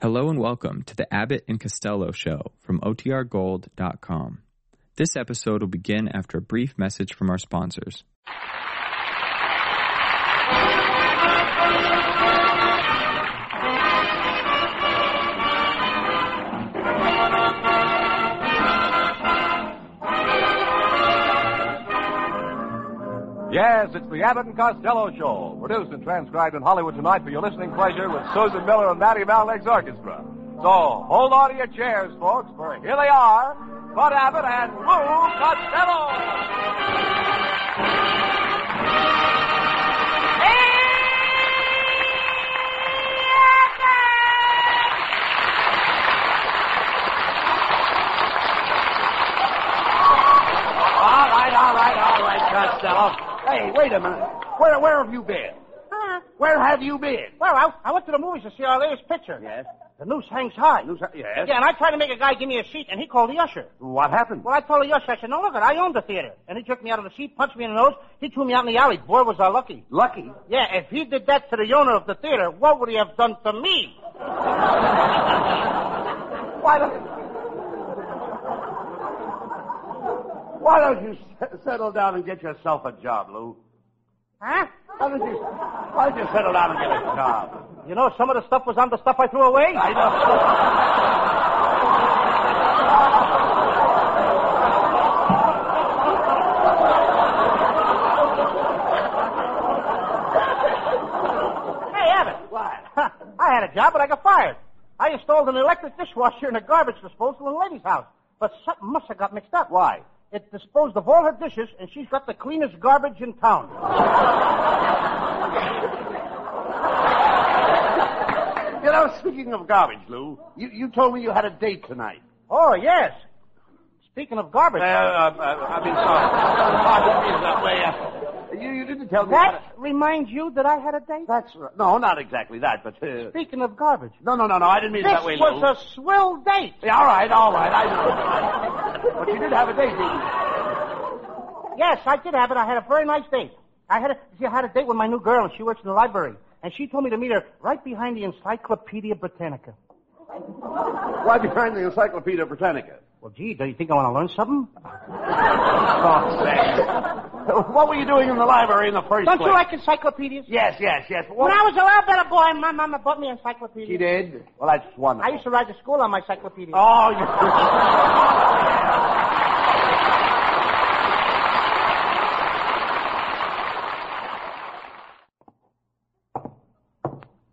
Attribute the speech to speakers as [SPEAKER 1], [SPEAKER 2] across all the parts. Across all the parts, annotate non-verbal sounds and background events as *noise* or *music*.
[SPEAKER 1] Hello and welcome to the Abbott and Costello Show from OTRGold.com. This episode will begin after a brief message from our sponsors.
[SPEAKER 2] Yes, it's the Abbott and Costello Show, produced and transcribed in Hollywood tonight for your listening pleasure with Susan Miller and Matty Malek's orchestra. So hold on to your chairs, folks, for here they are, Bud Abbott and Lou Costello.
[SPEAKER 3] All right, all right, all right, Costello. Hey, wait a minute. Where where have you been?
[SPEAKER 4] Huh?
[SPEAKER 3] Where have you been?
[SPEAKER 4] Well, I, I went to the movies to see our latest picture.
[SPEAKER 3] Yes.
[SPEAKER 4] The noose hangs high.
[SPEAKER 3] Who's- Yes.
[SPEAKER 4] Yeah, and I tried to make a guy give me a seat, and he called the usher.
[SPEAKER 3] What happened?
[SPEAKER 4] Well, I told the usher, I said, no, look, it, I own the theater. And he took me out of the seat, punched me in the nose. He threw me out in the alley. Boy, was I lucky.
[SPEAKER 3] Lucky.
[SPEAKER 4] Yeah, if he did that to the owner of the theater, what would he have done
[SPEAKER 3] *laughs*
[SPEAKER 4] to me?
[SPEAKER 3] Why don't Why don't you s- settle down and get yourself a job, Lou?
[SPEAKER 4] Huh?
[SPEAKER 3] Why don't you Why don't you settle down and get a job?
[SPEAKER 4] You know, some of the stuff was on the stuff I threw away.
[SPEAKER 3] I know.
[SPEAKER 4] Hey, Abbott.
[SPEAKER 3] What?
[SPEAKER 4] Huh, *laughs* I had a job, but I got fired. I installed an electric dishwasher in a garbage disposal in a lady's house. But something must have got mixed up. Why? It disposed of all her dishes, and she's got the cleanest garbage in town.
[SPEAKER 3] You know, speaking of garbage, Lou, you, you told me you had a date tonight.
[SPEAKER 4] Oh, yes. Speaking of garbage,
[SPEAKER 3] Uh, uh, uh, I mean, sorry. Pardon me, uh, You, you didn't tell me. how to-
[SPEAKER 4] that reminds you that I had a date?
[SPEAKER 3] That's right. No, not exactly that, but. Uh,
[SPEAKER 4] Speaking of garbage,
[SPEAKER 3] no, no, no, no. I didn't mean it
[SPEAKER 4] this
[SPEAKER 3] that way, Lou.
[SPEAKER 4] was a swill date.
[SPEAKER 3] Yeah, all right, all right. I know. but you did have a date, didn't you?
[SPEAKER 4] Yes, I did have it. I had a very nice date. I had a, see, I had a date with my new girl, and she works in the library. And she told me to meet her right behind the Encyclopedia Britannica.
[SPEAKER 3] Why behind the Encyclopedia Britannica?
[SPEAKER 4] Well, gee, do you think I want to learn something? *laughs*
[SPEAKER 3] what were you doing in the library in the 1st
[SPEAKER 4] Don't
[SPEAKER 3] place?
[SPEAKER 4] you like encyclopedias?
[SPEAKER 3] Yes, yes, yes. but
[SPEAKER 4] When
[SPEAKER 3] What
[SPEAKER 4] I was a little bit of boy, my mama bought me
[SPEAKER 3] She
[SPEAKER 4] encyclopedias.
[SPEAKER 3] did. Well, that's wonderful.
[SPEAKER 4] *laughs* I used to ride to school on my encyclopedia.
[SPEAKER 3] Oh, you.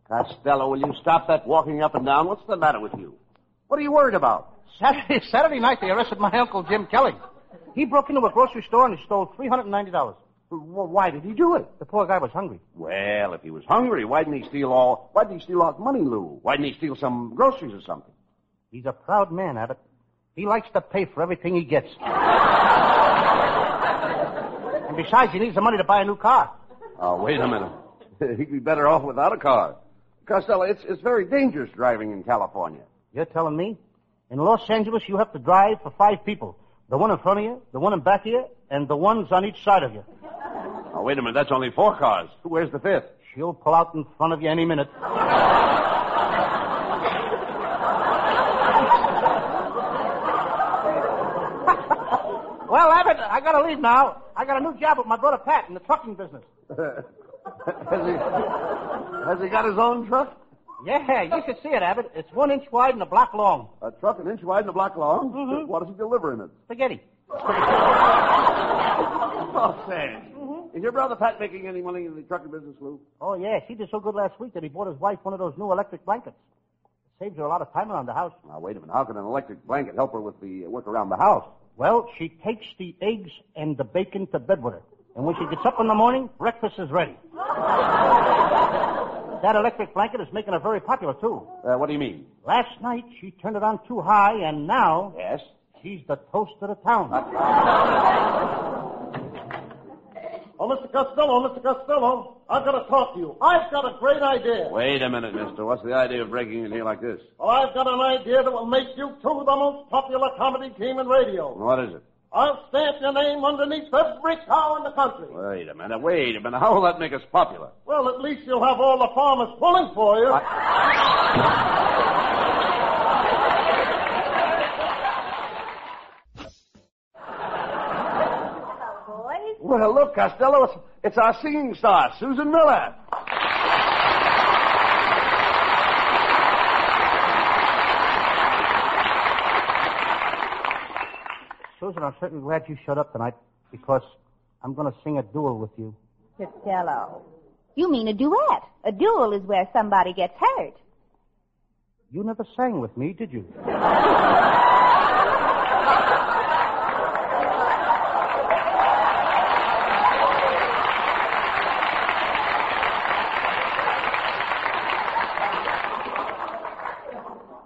[SPEAKER 3] Costello, will you stop that walking up and down? What's the matter with you? What are you worried about?
[SPEAKER 4] Saturday, *laughs* Saturday night, they arrested my uncle Jim Kelly. He broke into a grocery store and he stole three hundred and ninety dollars.
[SPEAKER 3] Well, why did he do it?
[SPEAKER 4] The poor guy was hungry.
[SPEAKER 3] Well, if he was hungry, why didn't he steal all? Why didn't he steal all his money, Lou? Why didn't he steal some groceries or something?
[SPEAKER 4] He's a proud man, Abbott. He likes to pay for everything he *laughs* gets. and besides, he needs the money to buy a new car.
[SPEAKER 3] Oh, wait a minute. *laughs* He'd be better off without a car. Costello, it's it's very dangerous driving in California.
[SPEAKER 4] You're telling me? In Los Angeles, you have to drive for five people. The one in front of you, the one in back of you, and the ones on each side of you.
[SPEAKER 3] Oh, wait a minute. That's only four cars. Where's the fifth?
[SPEAKER 4] She'll pull out in front of you any minute. *laughs* well, Abbott, I gotta leave now. I got a new job with my brother Pat in the trucking business.
[SPEAKER 3] *laughs* has, he, has he got his own truck?
[SPEAKER 4] Yeah, you should see it, Abbott. It's one inch wide and a block long.
[SPEAKER 3] A truck an inch wide and a block long?
[SPEAKER 4] Mhm.
[SPEAKER 3] What does he deliver in it?
[SPEAKER 4] Spaghetti.
[SPEAKER 3] Oh, Sam. Is your brother Pat making any money in the trucking business, Lou?
[SPEAKER 4] Oh yeah, she did so good last week that he bought his wife one of those new electric blankets. Saves her a lot of time around the house.
[SPEAKER 3] Now, wait a minute. How can an electric blanket help her with the work around the house?
[SPEAKER 4] Well, she takes the eggs and the bacon to bed with her. And when she gets up in the morning, breakfast is ready. that electric blanket is making her very popular, too.
[SPEAKER 3] Uh, what do you mean?
[SPEAKER 4] Last night, she turned it on too high, and now
[SPEAKER 3] Yes.
[SPEAKER 4] she's the toast of the town.
[SPEAKER 5] Oh, Mr. Costello, Mr. Costello, I've got to talk to you. I've got a great idea.
[SPEAKER 3] Wait a minute, mister. What's the idea of breaking in here like this?
[SPEAKER 5] Well, I've got an idea that will make you two the most popular comedy team in radio.
[SPEAKER 3] What is it?
[SPEAKER 5] I'll stamp your name underneath every cow in the country.
[SPEAKER 3] Wait a minute. Wait a minute. How will that make us popular?
[SPEAKER 5] Well, at least you'll have all the farmers pulling for you.
[SPEAKER 3] I- Oh, hello, Costello. It's, it's our singing star, Susan Miller.
[SPEAKER 4] Susan, I'm certainly glad you showed up tonight because I'm going to sing a duel with you.
[SPEAKER 6] Costello. You mean a duet. A duel is where somebody gets hurt.
[SPEAKER 4] You never sang with me, did you?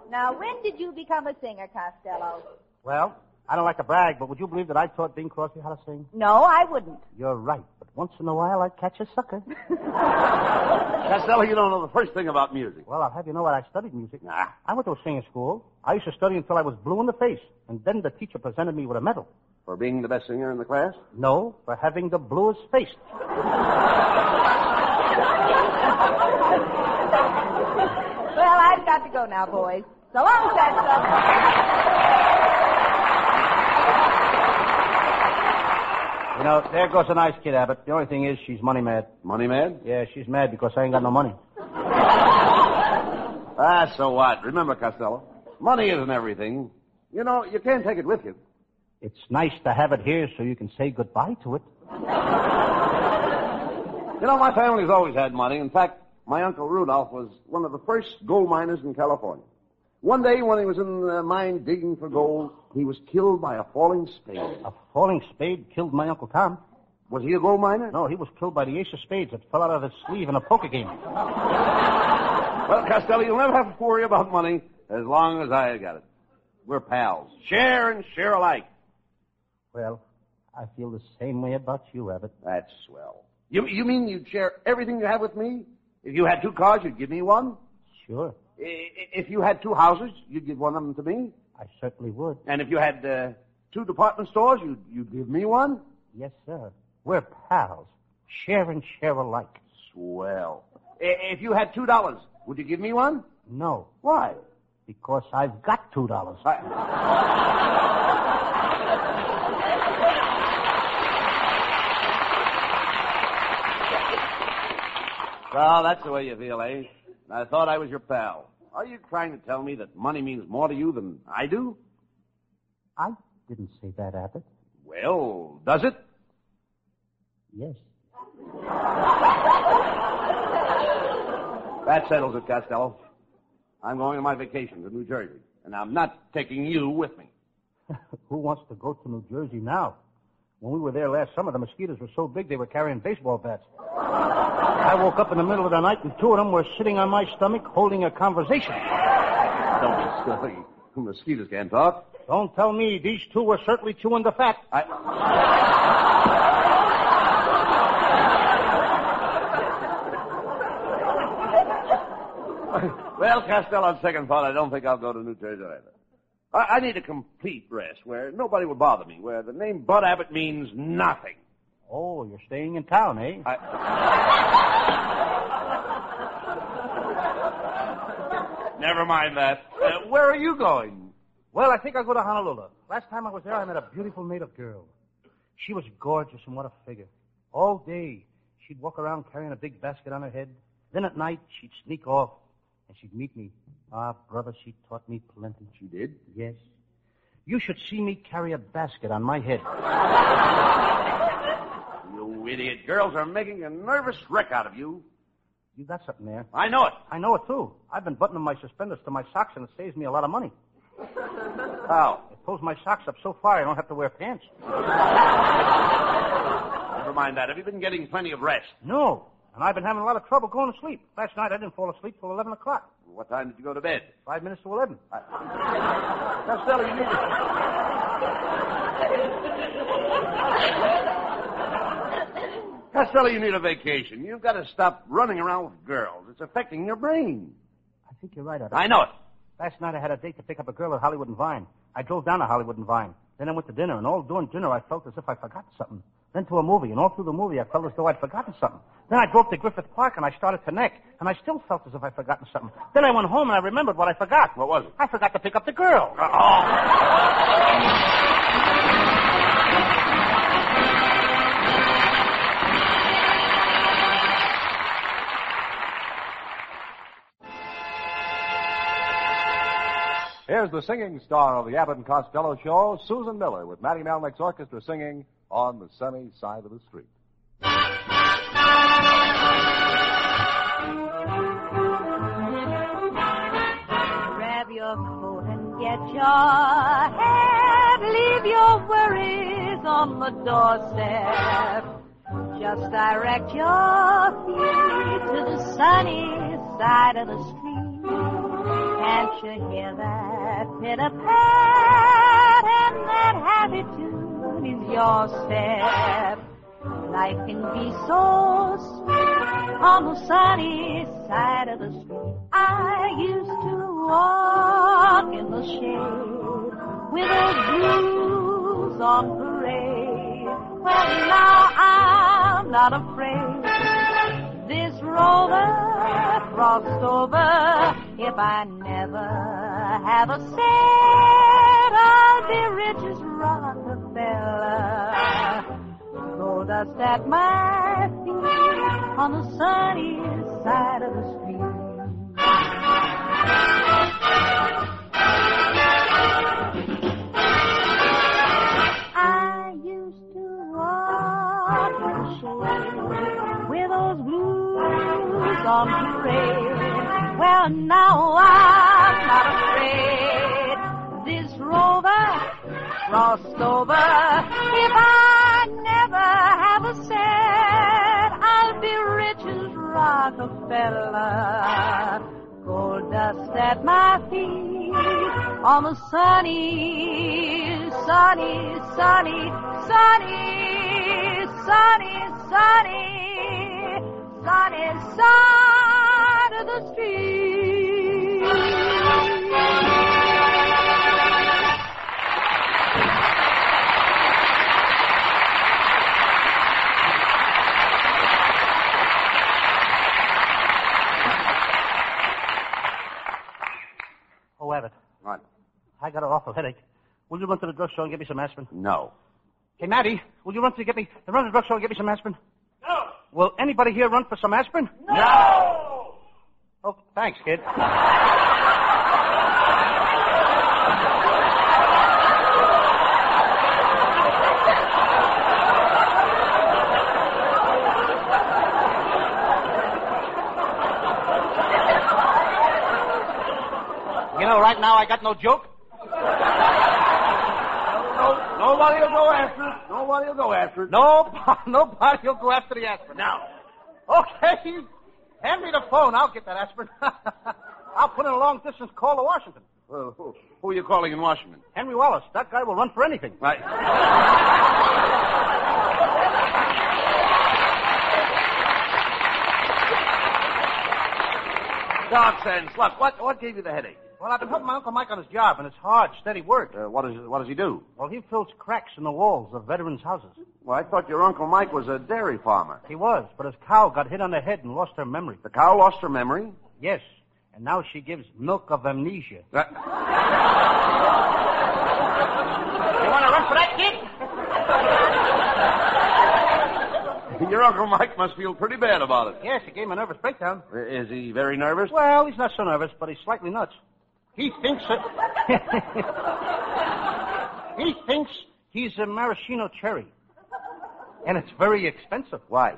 [SPEAKER 6] Now, when did you become a singer, Costello?
[SPEAKER 4] Well, I don't like to brag, but would you believe that I taught Dean Crosby how to sing?
[SPEAKER 6] No, I wouldn't.
[SPEAKER 4] You're right, but once in a while I catch a sucker.
[SPEAKER 3] Costello, you don't know the first thing about music.
[SPEAKER 4] well, I'll have you know what I studied music. Nah. I went to a singing school. I used to study until I was blue in the face, and then the teacher presented me with a medal.
[SPEAKER 3] For being the best singer in the class?
[SPEAKER 4] No, for having the bluest face.
[SPEAKER 6] Well, I've got to go now, boys. So long, Costello.
[SPEAKER 4] You know, there goes a nice kid, Abbott. The only thing is, she's money mad.
[SPEAKER 3] Money man?
[SPEAKER 4] Yeah, she's mad because I ain't got no money.
[SPEAKER 3] Ah, so what? Remember, Costello, money isn't everything. You know, you can't take it with you.
[SPEAKER 4] It's nice to have it here so you can say goodbye to it.
[SPEAKER 3] You know, my family's always had money. In fact, my Uncle Rudolph was one of the first gold miners in California. One day, when he was in the mine digging for gold, he was killed by a falling spade.
[SPEAKER 4] A falling spade killed my Uncle Tom.
[SPEAKER 3] Was he a gold miner?
[SPEAKER 4] No, he was killed by the ace of spades that fell out of his sleeve in a poker game.
[SPEAKER 3] Well, Costello, you'll never have to worry about money as long as I got it. We're pals. Share and share alike.
[SPEAKER 4] Well, I feel the same way about you, Abbott.
[SPEAKER 3] That's swell. You, you mean you'd share everything you have with me? If you had two cars, you'd give me one?
[SPEAKER 4] Sure,
[SPEAKER 3] I- i- If you had two houses, you'd give one of them to me?
[SPEAKER 4] I certainly would.
[SPEAKER 3] And if you had uh, two department stores, you'd, you'd give me one?
[SPEAKER 4] Yes, sir. We're pals. Share and share alike.
[SPEAKER 3] Swell. I- If you had two dollars, would you give me one?
[SPEAKER 4] No,
[SPEAKER 3] Why?
[SPEAKER 4] because I've got two dollars.
[SPEAKER 3] I... well, that's the way you feel, eh? I thought I was your pal. Are you trying to tell me that money means more to you than I do?
[SPEAKER 4] I didn't say that, Abbott.
[SPEAKER 3] Well, does it?
[SPEAKER 4] Yes.
[SPEAKER 3] That settles it, Costello. I'm going on my vacation to New Jersey, and I'm not taking you with me.
[SPEAKER 4] Who wants to go to New Jersey now? When we were there last summer, the mosquitoes were so big they were carrying baseball bats. I woke up in the middle of the night and two of them were sitting on my stomach holding a conversation.
[SPEAKER 3] Don't be silly. *laughs* Mosquitoes can't talk.
[SPEAKER 4] Don't tell me these two were certainly chewing the fat.
[SPEAKER 3] I... well, Costello, on second thought, I don't think I'll go to New Jersey either. I, I need a complete rest where nobody will bother me, where the name Bud Abbott means nothing.
[SPEAKER 4] Oh, you're staying in town, eh?
[SPEAKER 3] I... Never mind that. Uh, where are you going?
[SPEAKER 4] Well, I think I'll go to Honolulu. Last time I was there, I met a beautiful native girl. She was gorgeous and what a figure. All day, she'd walk around carrying a big basket on her head. Then at night, she'd sneak off and she'd meet me. Ah, brother, she taught me plenty.
[SPEAKER 3] She did.
[SPEAKER 4] Yes. You should see me carry a basket on my head.
[SPEAKER 3] You idiot. Girls are making a nervous wreck out of you.
[SPEAKER 4] You got something there.
[SPEAKER 3] I know it.
[SPEAKER 4] I know it too. I've been buttoning my suspenders to my socks and it saves me a lot of money.
[SPEAKER 3] How?
[SPEAKER 4] It pulls my socks up so far I don't have to wear pants.
[SPEAKER 3] Never mind that. Have you been getting plenty of rest?
[SPEAKER 4] No. And I've been having a lot of trouble going to sleep. Last night I didn't fall asleep till 11 o'clock.
[SPEAKER 3] What time did you go to bed?
[SPEAKER 4] Five minutes to 11.
[SPEAKER 3] Costello, you need to... Costello, you need a vacation. You've got to stop running around with girls. It's affecting your brain.
[SPEAKER 4] I think you're right, Adam.
[SPEAKER 3] I know it.
[SPEAKER 4] Last night I had a date to pick up a girl at Hollywood and Vine. I drove down to Hollywood and Vine. Then I went to dinner, and all during dinner I felt as if I forgot something. Then to a movie, and all through the movie I felt as though I'd forgotten something. Then I drove to Griffith Park and I started to neck, and I still felt as if I'd forgotten something. Then I went home and I remembered what I forgot.
[SPEAKER 3] What was it?
[SPEAKER 4] I forgot to pick up the girl.
[SPEAKER 2] Here's the singing star of the Abbott and Costello show, Susan Miller, with Matty Malnick's orchestra singing on the sunny side of the street.
[SPEAKER 6] Grab your coat and get your hat. Leave your worries on the doorstep. Just direct your feet to the sunny side of the street. Can't you hear that pitter pat and that happy tune is your step? Life can be so sweet on the sunny side of the street. I used to walk in the shade with a blues on parade. Well, now I'm not afraid. This rover crossed over. If I never have a cent, I'll be rich as Rockefeller gold dust at my feet on the sunny side of the street. I used to walk in the shade with those blues on parade. Well, now I'm not afraid. This rover crossed over. If I never have a cent, I'll be rich as Rockefeller. Gold dust at my feet on the sunny, sunny, sunny, sunny, sunny, sunny, sunny side of the street.
[SPEAKER 4] Oh, Abbott,
[SPEAKER 3] What?
[SPEAKER 4] I got an awful headache. Will you run to the drugstore and get me some aspirin?
[SPEAKER 3] No.
[SPEAKER 4] Hey, Matty, will you run to get me run to the drugstore and get me some aspirin? No. Will anybody here run for some aspirin? No. Oh, thanks, kid. You know, right now I got no joke.
[SPEAKER 3] No, nobody will go after it. Nobody will go after it.
[SPEAKER 4] No, *laughs* nobody will go after the aspirin. Now. Okay. Hand me the phone. I'll get that aspirin. *laughs* I'll put in a long distance call to Washington.
[SPEAKER 3] Well, who, who are you calling in Washington?
[SPEAKER 4] Henry Wallace, that guy will run for anything.
[SPEAKER 3] Right. Nonsense. Look, what, what gave you the headache?
[SPEAKER 4] Well, I've been helping my Uncle Mike on his job, and it's hard, steady work.
[SPEAKER 3] Uh, what, is, what does he do?
[SPEAKER 4] Well, he fills cracks in the walls of veterans' houses.
[SPEAKER 3] Well, I thought your Uncle Mike was a dairy farmer.
[SPEAKER 4] He was, but his cow got hit on the head and lost her memory.
[SPEAKER 3] The cow lost her memory.
[SPEAKER 4] Yes, and now she gives milk of amnesia.
[SPEAKER 3] Uh,
[SPEAKER 4] You want to run for that, kid?
[SPEAKER 3] *laughs* your Uncle Mike must feel pretty bad about it.
[SPEAKER 4] Yes, it gave him a nervous breakdown.
[SPEAKER 3] Is he very nervous?
[SPEAKER 4] Well, he's not so nervous, but he's slightly nuts. He thinks that. *laughs* he thinks he's a maraschino cherry. And it's very expensive.
[SPEAKER 3] Why?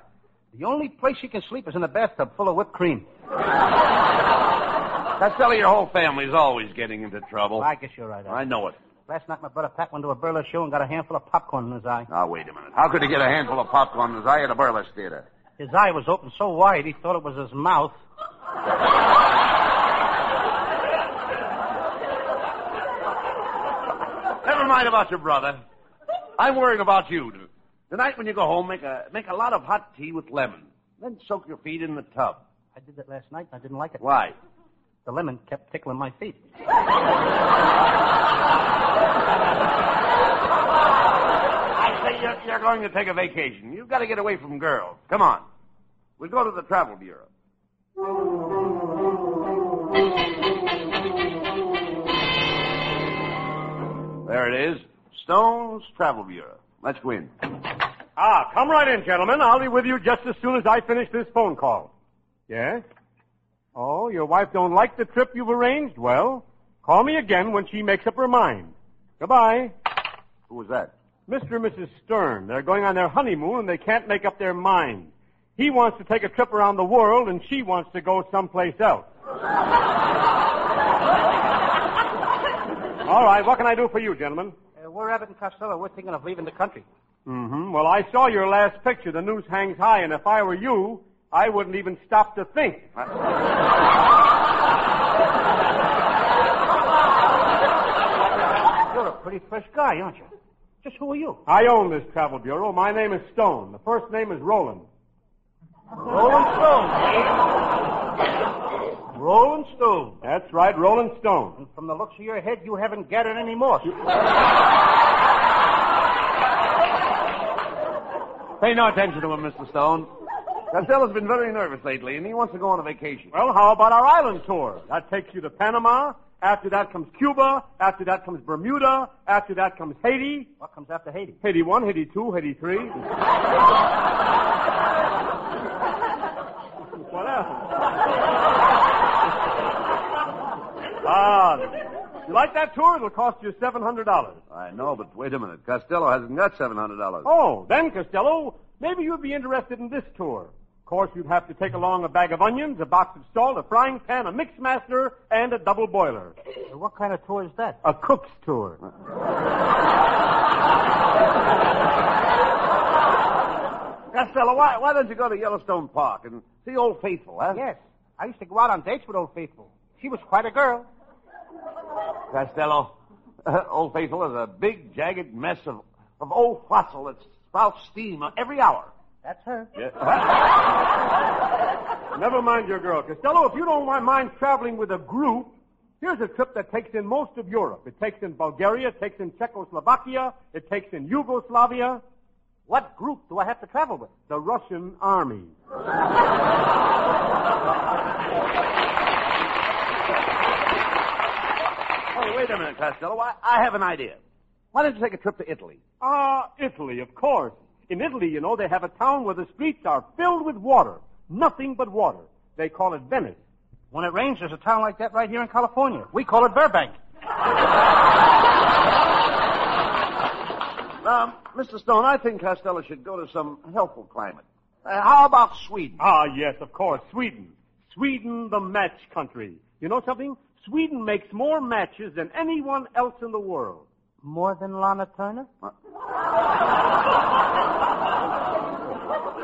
[SPEAKER 4] The only place he can sleep is in a bathtub full of whipped cream.
[SPEAKER 3] Costello, your whole family's always getting into trouble.
[SPEAKER 4] I guess you're right, Al.
[SPEAKER 3] I know it.
[SPEAKER 4] Last night, my brother Pat went to a burlesque show and got a handful of popcorn in his eye.
[SPEAKER 3] Now, wait a minute. How could he get a handful of popcorn in his eye at a burlesque theater?
[SPEAKER 4] His eye was open so wide, he thought it was his mouth.
[SPEAKER 3] Never mind about your brother. I'm worrying about you. Tonight, when you go home, make a make a lot of hot tea with lemon. Then soak your feet in the tub.
[SPEAKER 4] I did that last night, and I didn't like it.
[SPEAKER 3] Why?
[SPEAKER 4] The lemon kept tickling my feet.
[SPEAKER 3] I say you're, you're going to take a vacation. You've got to get away from girls. Come on. We'll go to the travel bureau. There it is. Stone's Travel Bureau. Let's go in.
[SPEAKER 5] Ah, come right in, gentlemen. I'll be with you just as soon as I finish this phone call. Yes? Oh, your wife don't like the trip you've arranged? Well,
[SPEAKER 3] Call me again when she makes up her mind. Goodbye.
[SPEAKER 7] Who was that?
[SPEAKER 3] Mr. and Mrs. Stern, they're going on their honeymoon and they can't make up their mind. He wants to take a trip around the world and she wants to go someplace else. All right, what can I do for you, gentlemen?
[SPEAKER 4] Uh, we're Abbott and Costello. We're thinking of leaving the country.
[SPEAKER 3] Mm-hmm. Well, I saw your last picture. The news hangs high, and if I were you, I wouldn't even stop to think.
[SPEAKER 4] You're a pretty fresh guy, aren't you? Just who are you?
[SPEAKER 3] I own this travel bureau. My name is Stone. The first name is Roland.
[SPEAKER 4] Rolling Stone, eh? Rolling Stone.
[SPEAKER 3] That's right, Roland Stone.
[SPEAKER 4] And from the looks of your head, you haven't gathered any more.
[SPEAKER 8] Pay no attention to him, Mr. Stone. Costello's been very nervous lately, and he wants to go on a vacation.
[SPEAKER 3] Well, how about our island tour? That takes you to Panama. After that comes Cuba. After that comes Bermuda. After that comes Haiti.
[SPEAKER 4] What comes after Haiti?
[SPEAKER 3] Haiti 1, Haiti 2, Haiti 3. what else? Ah, you like that tour? It'll cost you $700.
[SPEAKER 8] I know, but wait a minute. Costello hasn't got $700.
[SPEAKER 3] Oh, then, Costello, maybe you'd be interested in this tour. Of course, you'd have to take along a bag of onions, a box of salt, a frying pan, a mixmaster, and a double boiler.
[SPEAKER 4] Uh, What kind of tour is that?
[SPEAKER 3] A cook's tour.
[SPEAKER 8] Costello, why, why don't you go to Yellowstone Park and see Old Faithful, huh?
[SPEAKER 4] Yes. I used to go out on dates with Old Faithful. She was quite a girl.
[SPEAKER 8] Costello, *laughs* Old Faithful is a big, jagged mess of, of old fossil that spouts steam every hour.
[SPEAKER 4] That's her.
[SPEAKER 3] *laughs* Never mind your girl. Costello, if you don't wi- mind traveling with a group, here's a trip that takes in most of Europe. It takes in Bulgaria, it takes in Czechoslovakia, it takes in Yugoslavia,
[SPEAKER 4] What group do I have to travel with?
[SPEAKER 3] the Russian army.
[SPEAKER 8] Oh, wait a minute, Costello. I, I have an idea. Why don't you take a trip to Italy?
[SPEAKER 3] Ah, Italy, of course. In Italy, you know, they have a town where the streets are filled with water. Nothing but water. They call it Venice.
[SPEAKER 4] When it rains, there's a town like that right here in California. We call it Burbank.
[SPEAKER 8] Um, Mr. Stone, I think Costello should go to some helpful climate. Uh, how about Sweden?
[SPEAKER 3] Ah, yes, of course, Sweden. Sweden, the match country. You know something? Sweden makes more matches than anyone else in the world.
[SPEAKER 4] More than Lana Turner?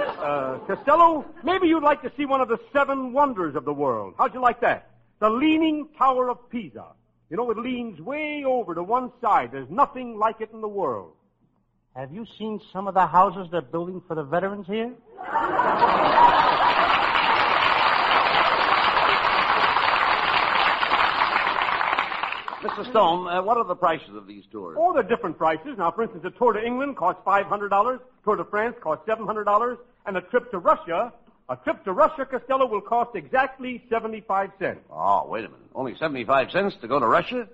[SPEAKER 3] Uh, Costello, maybe you'd like to see one of the seven wonders of the world. How'd you like that? The Leaning Tower of Pisa. You know, it leans way over to one side. There's nothing like it in the world.
[SPEAKER 4] Have you seen some of the houses they're building for the veterans here?
[SPEAKER 8] Mr. Stone, uh, what are the prices of these tours?
[SPEAKER 3] All the different prices. Now, for instance, a tour to England costs $500, tour to France costs $700, and a trip to Russia, a trip to Russia, Costello, will cost exactly 75 cents.
[SPEAKER 8] Oh, wait a minute. Only 75 cents to go to Russia?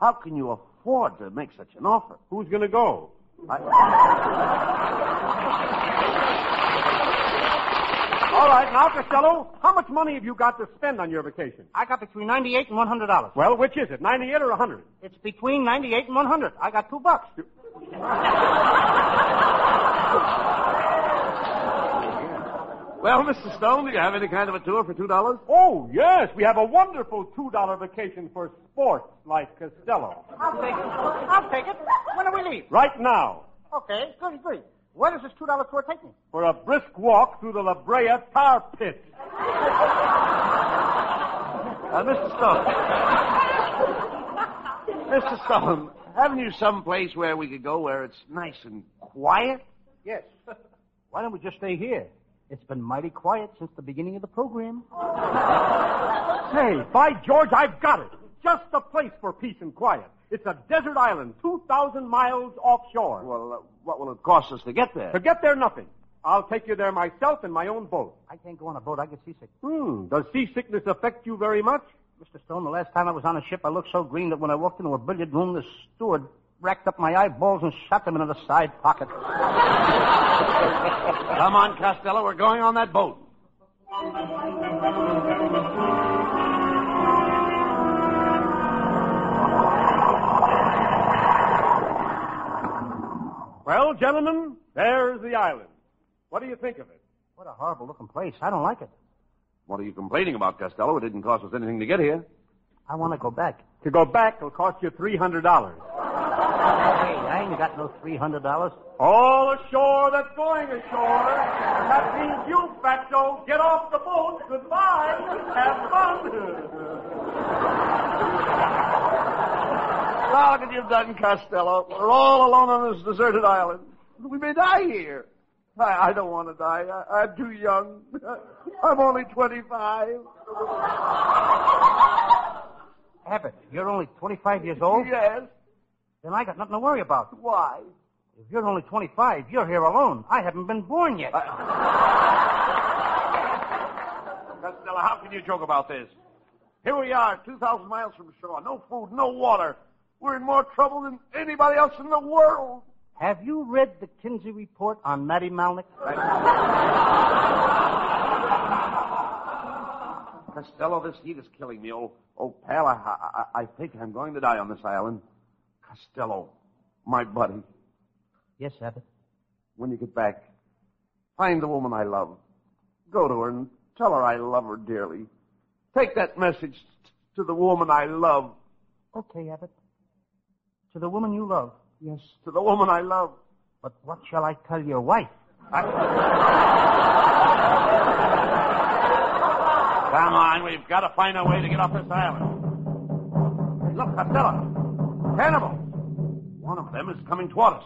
[SPEAKER 8] How can you afford to make such an offer?
[SPEAKER 3] Who's gonna go? All right, now, Costello, how much money have you got to spend on your vacation?
[SPEAKER 4] I got between 98 and 100 dollars.
[SPEAKER 3] Well, which is it, 98 or 100?
[SPEAKER 4] It's between 98 and 100.
[SPEAKER 3] *laughs*
[SPEAKER 4] I got two bucks.
[SPEAKER 8] Well, Mr. Stone, do you have any kind of a tour for $2?
[SPEAKER 3] Oh, yes, we have a wonderful $2 vacation for sports like Costello.
[SPEAKER 4] I'll take it. I'll take it. When do we leave?
[SPEAKER 3] Right now,
[SPEAKER 4] Okay, good, good. Where does this two dollar tour take me?
[SPEAKER 3] for a brisk walk through the La Brea tar pit.
[SPEAKER 8] Uh, Mr. Stone. Mr. Stone, haven't you some place where we could go where it's nice and quiet?
[SPEAKER 4] Yes. Why don't we just stay here? It's been mighty quiet since the beginning of the program.
[SPEAKER 3] Say, by George, I've got it. Just the place for peace and quiet. It's a desert island, 2,000 miles offshore.
[SPEAKER 8] Well, uh, what will it cost us to get there?
[SPEAKER 3] To get there, nothing. I'll take you there myself in my own boat.
[SPEAKER 4] I can't go on a boat. I get seasick.
[SPEAKER 3] Hmm, does seasickness affect you very much?
[SPEAKER 4] Mr. Stone, the last time I was on a ship, I looked so green that when I walked into a billiard room, the steward racked up my eyeballs and shot them into the side pocket.
[SPEAKER 8] Come on, Costello, we're going on that boat.
[SPEAKER 9] Well, gentlemen, there's the island. What do you think of it?
[SPEAKER 4] What a horrible looking place. I don't like it.
[SPEAKER 3] What are you complaining about, Costello? It didn't cost us anything to get here.
[SPEAKER 4] I want to go back.
[SPEAKER 9] To go back will cost you $300.
[SPEAKER 4] Hey, I ain't got no $300.
[SPEAKER 9] All ashore that's going ashore. That means you, Fatso, get off the boat. Goodbye. Have
[SPEAKER 3] *laughs*
[SPEAKER 9] fun.
[SPEAKER 3] Look at you've done, Costello. We're all alone on this deserted island. We may die here. I, I don't want to die. I, I'm too young. *laughs* I'm only 25.
[SPEAKER 4] Abbott, you're only 25 years
[SPEAKER 9] Oh.
[SPEAKER 4] old?
[SPEAKER 3] Yes.
[SPEAKER 4] Then I got nothing to worry about.
[SPEAKER 3] Why?
[SPEAKER 4] If you're only 25, you're here alone. I haven't been born yet.
[SPEAKER 3] Costello, how can you joke about this? Here we are, 2,000 miles from shore. No food, no water. We're in more trouble than anybody else in the world.
[SPEAKER 4] Have you read the Kinsey report on Matty Malnick?
[SPEAKER 3] Costello, this heat is killing me. Oh, oh pal, I, I, I think I'm going to die on this island. Costello, my buddy,
[SPEAKER 4] Yes, Abbott.
[SPEAKER 3] when you get back, find the woman I love. Go to her and tell her I love her dearly. Take that message t- to the woman I love.
[SPEAKER 4] Okay, Abbott. To the woman you love.
[SPEAKER 3] Yes, to the woman I love.
[SPEAKER 4] But what shall I tell your wife?
[SPEAKER 3] Come on, we've got to find a way to get off this island. Hey, look, Costello. Cannibal. One of them is coming toward us.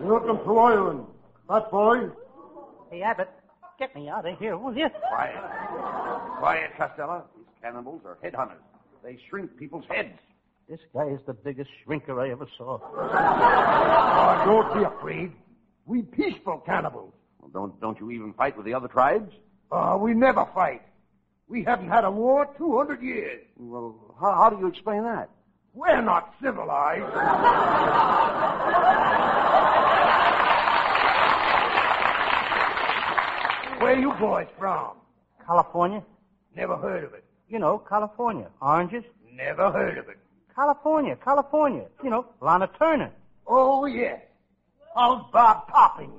[SPEAKER 5] Welcome to Ireland. That boy.
[SPEAKER 4] Hey, Abbott, get me out of here, will you?
[SPEAKER 3] Quiet. Quiet, Costello. These cannibals are headhunters. They shrink people's heads.
[SPEAKER 4] This guy is the biggest shrinker I ever saw.
[SPEAKER 5] Don't be afraid. We peaceful cannibals.
[SPEAKER 3] Well, don't don't you even fight with the other tribes?
[SPEAKER 5] Uh, we never fight. We haven't had a war 200 years.
[SPEAKER 3] Well, how, how do you explain that?
[SPEAKER 5] We're not civilized. Where you boys from?
[SPEAKER 4] California?
[SPEAKER 5] Never heard of it.
[SPEAKER 4] You know, California. Oranges?
[SPEAKER 5] Never heard of it.
[SPEAKER 4] California, California. You know, Lana Turner.
[SPEAKER 5] Oh, yes. How's Bob Popping?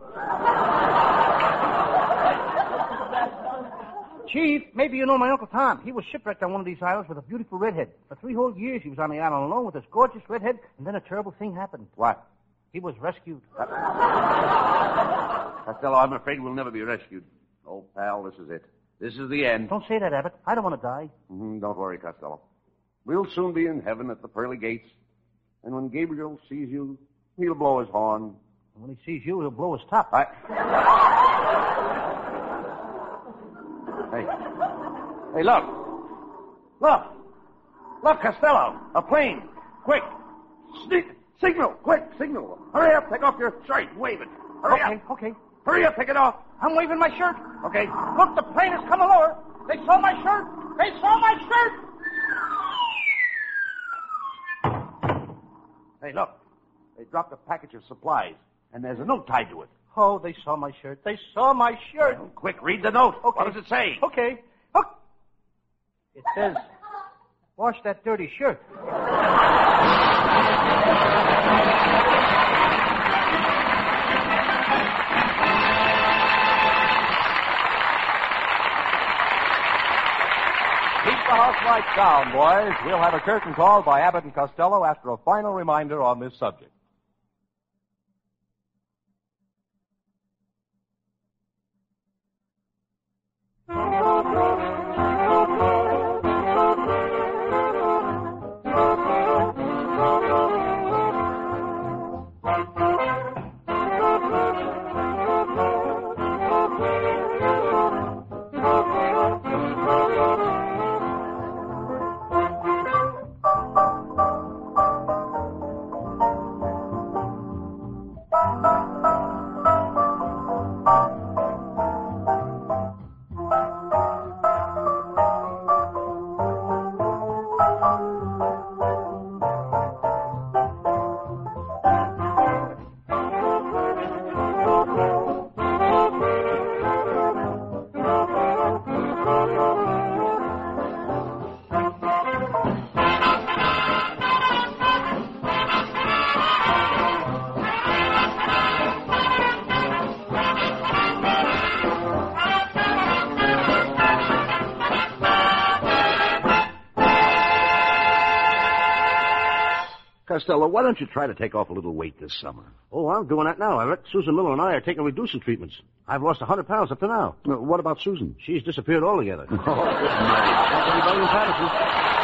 [SPEAKER 4] Chief, maybe you know my Uncle Tom. He was shipwrecked on one of these islands with a beautiful redhead. For three whole years he was on the island alone with this gorgeous redhead, and then a terrible thing happened.
[SPEAKER 3] What?
[SPEAKER 4] He was rescued.
[SPEAKER 3] Costello, I'm afraid we'll never be rescued. Oh, pal, this is it. This is the end.
[SPEAKER 4] Don't say that, Abbott. I don't want to die.
[SPEAKER 3] Mhm, don't worry, Costello. We'll soon be in heaven at the pearly gates. And when Gabriel sees you, he'll blow his horn.
[SPEAKER 4] When he sees you, he'll blow his top.
[SPEAKER 3] I. *laughs* hey. Hey, look. Look. Look, Costello. A plane. Quick. Sneak. Signal. Quick. Signal. Hurry up. Take off your shirt. Wave it. Hurry
[SPEAKER 4] okay,
[SPEAKER 3] up.
[SPEAKER 4] okay.
[SPEAKER 3] Hurry up. Take it off.
[SPEAKER 4] I'm waving my shirt.
[SPEAKER 3] Okay.
[SPEAKER 4] Look, the plane has come lower. They saw my shirt. They saw my shirt.
[SPEAKER 3] Hey, look. They dropped a package of supplies, and there's a note tied to it.
[SPEAKER 4] Oh, they saw my shirt. They saw my shirt.
[SPEAKER 3] Well, quick, read the note.
[SPEAKER 4] Okay.
[SPEAKER 3] What does it say?
[SPEAKER 4] Okay. Oh. It says, wash that dirty shirt.
[SPEAKER 2] Keep the house lights down, boys. We'll have a curtain call by Abbott and Costello after a final reminder on this subject.
[SPEAKER 10] Costello, why don't you try to take off a little weight this summer?
[SPEAKER 3] Oh, I'm doing that now, Eric. Susan Miller and I are taking reducing treatments. I've lost 100 pounds up to now.
[SPEAKER 10] what about Susan? *laughs*
[SPEAKER 3] She's disappeared altogether.
[SPEAKER 10] Oh, good night.
[SPEAKER 3] Everybody in Patterson.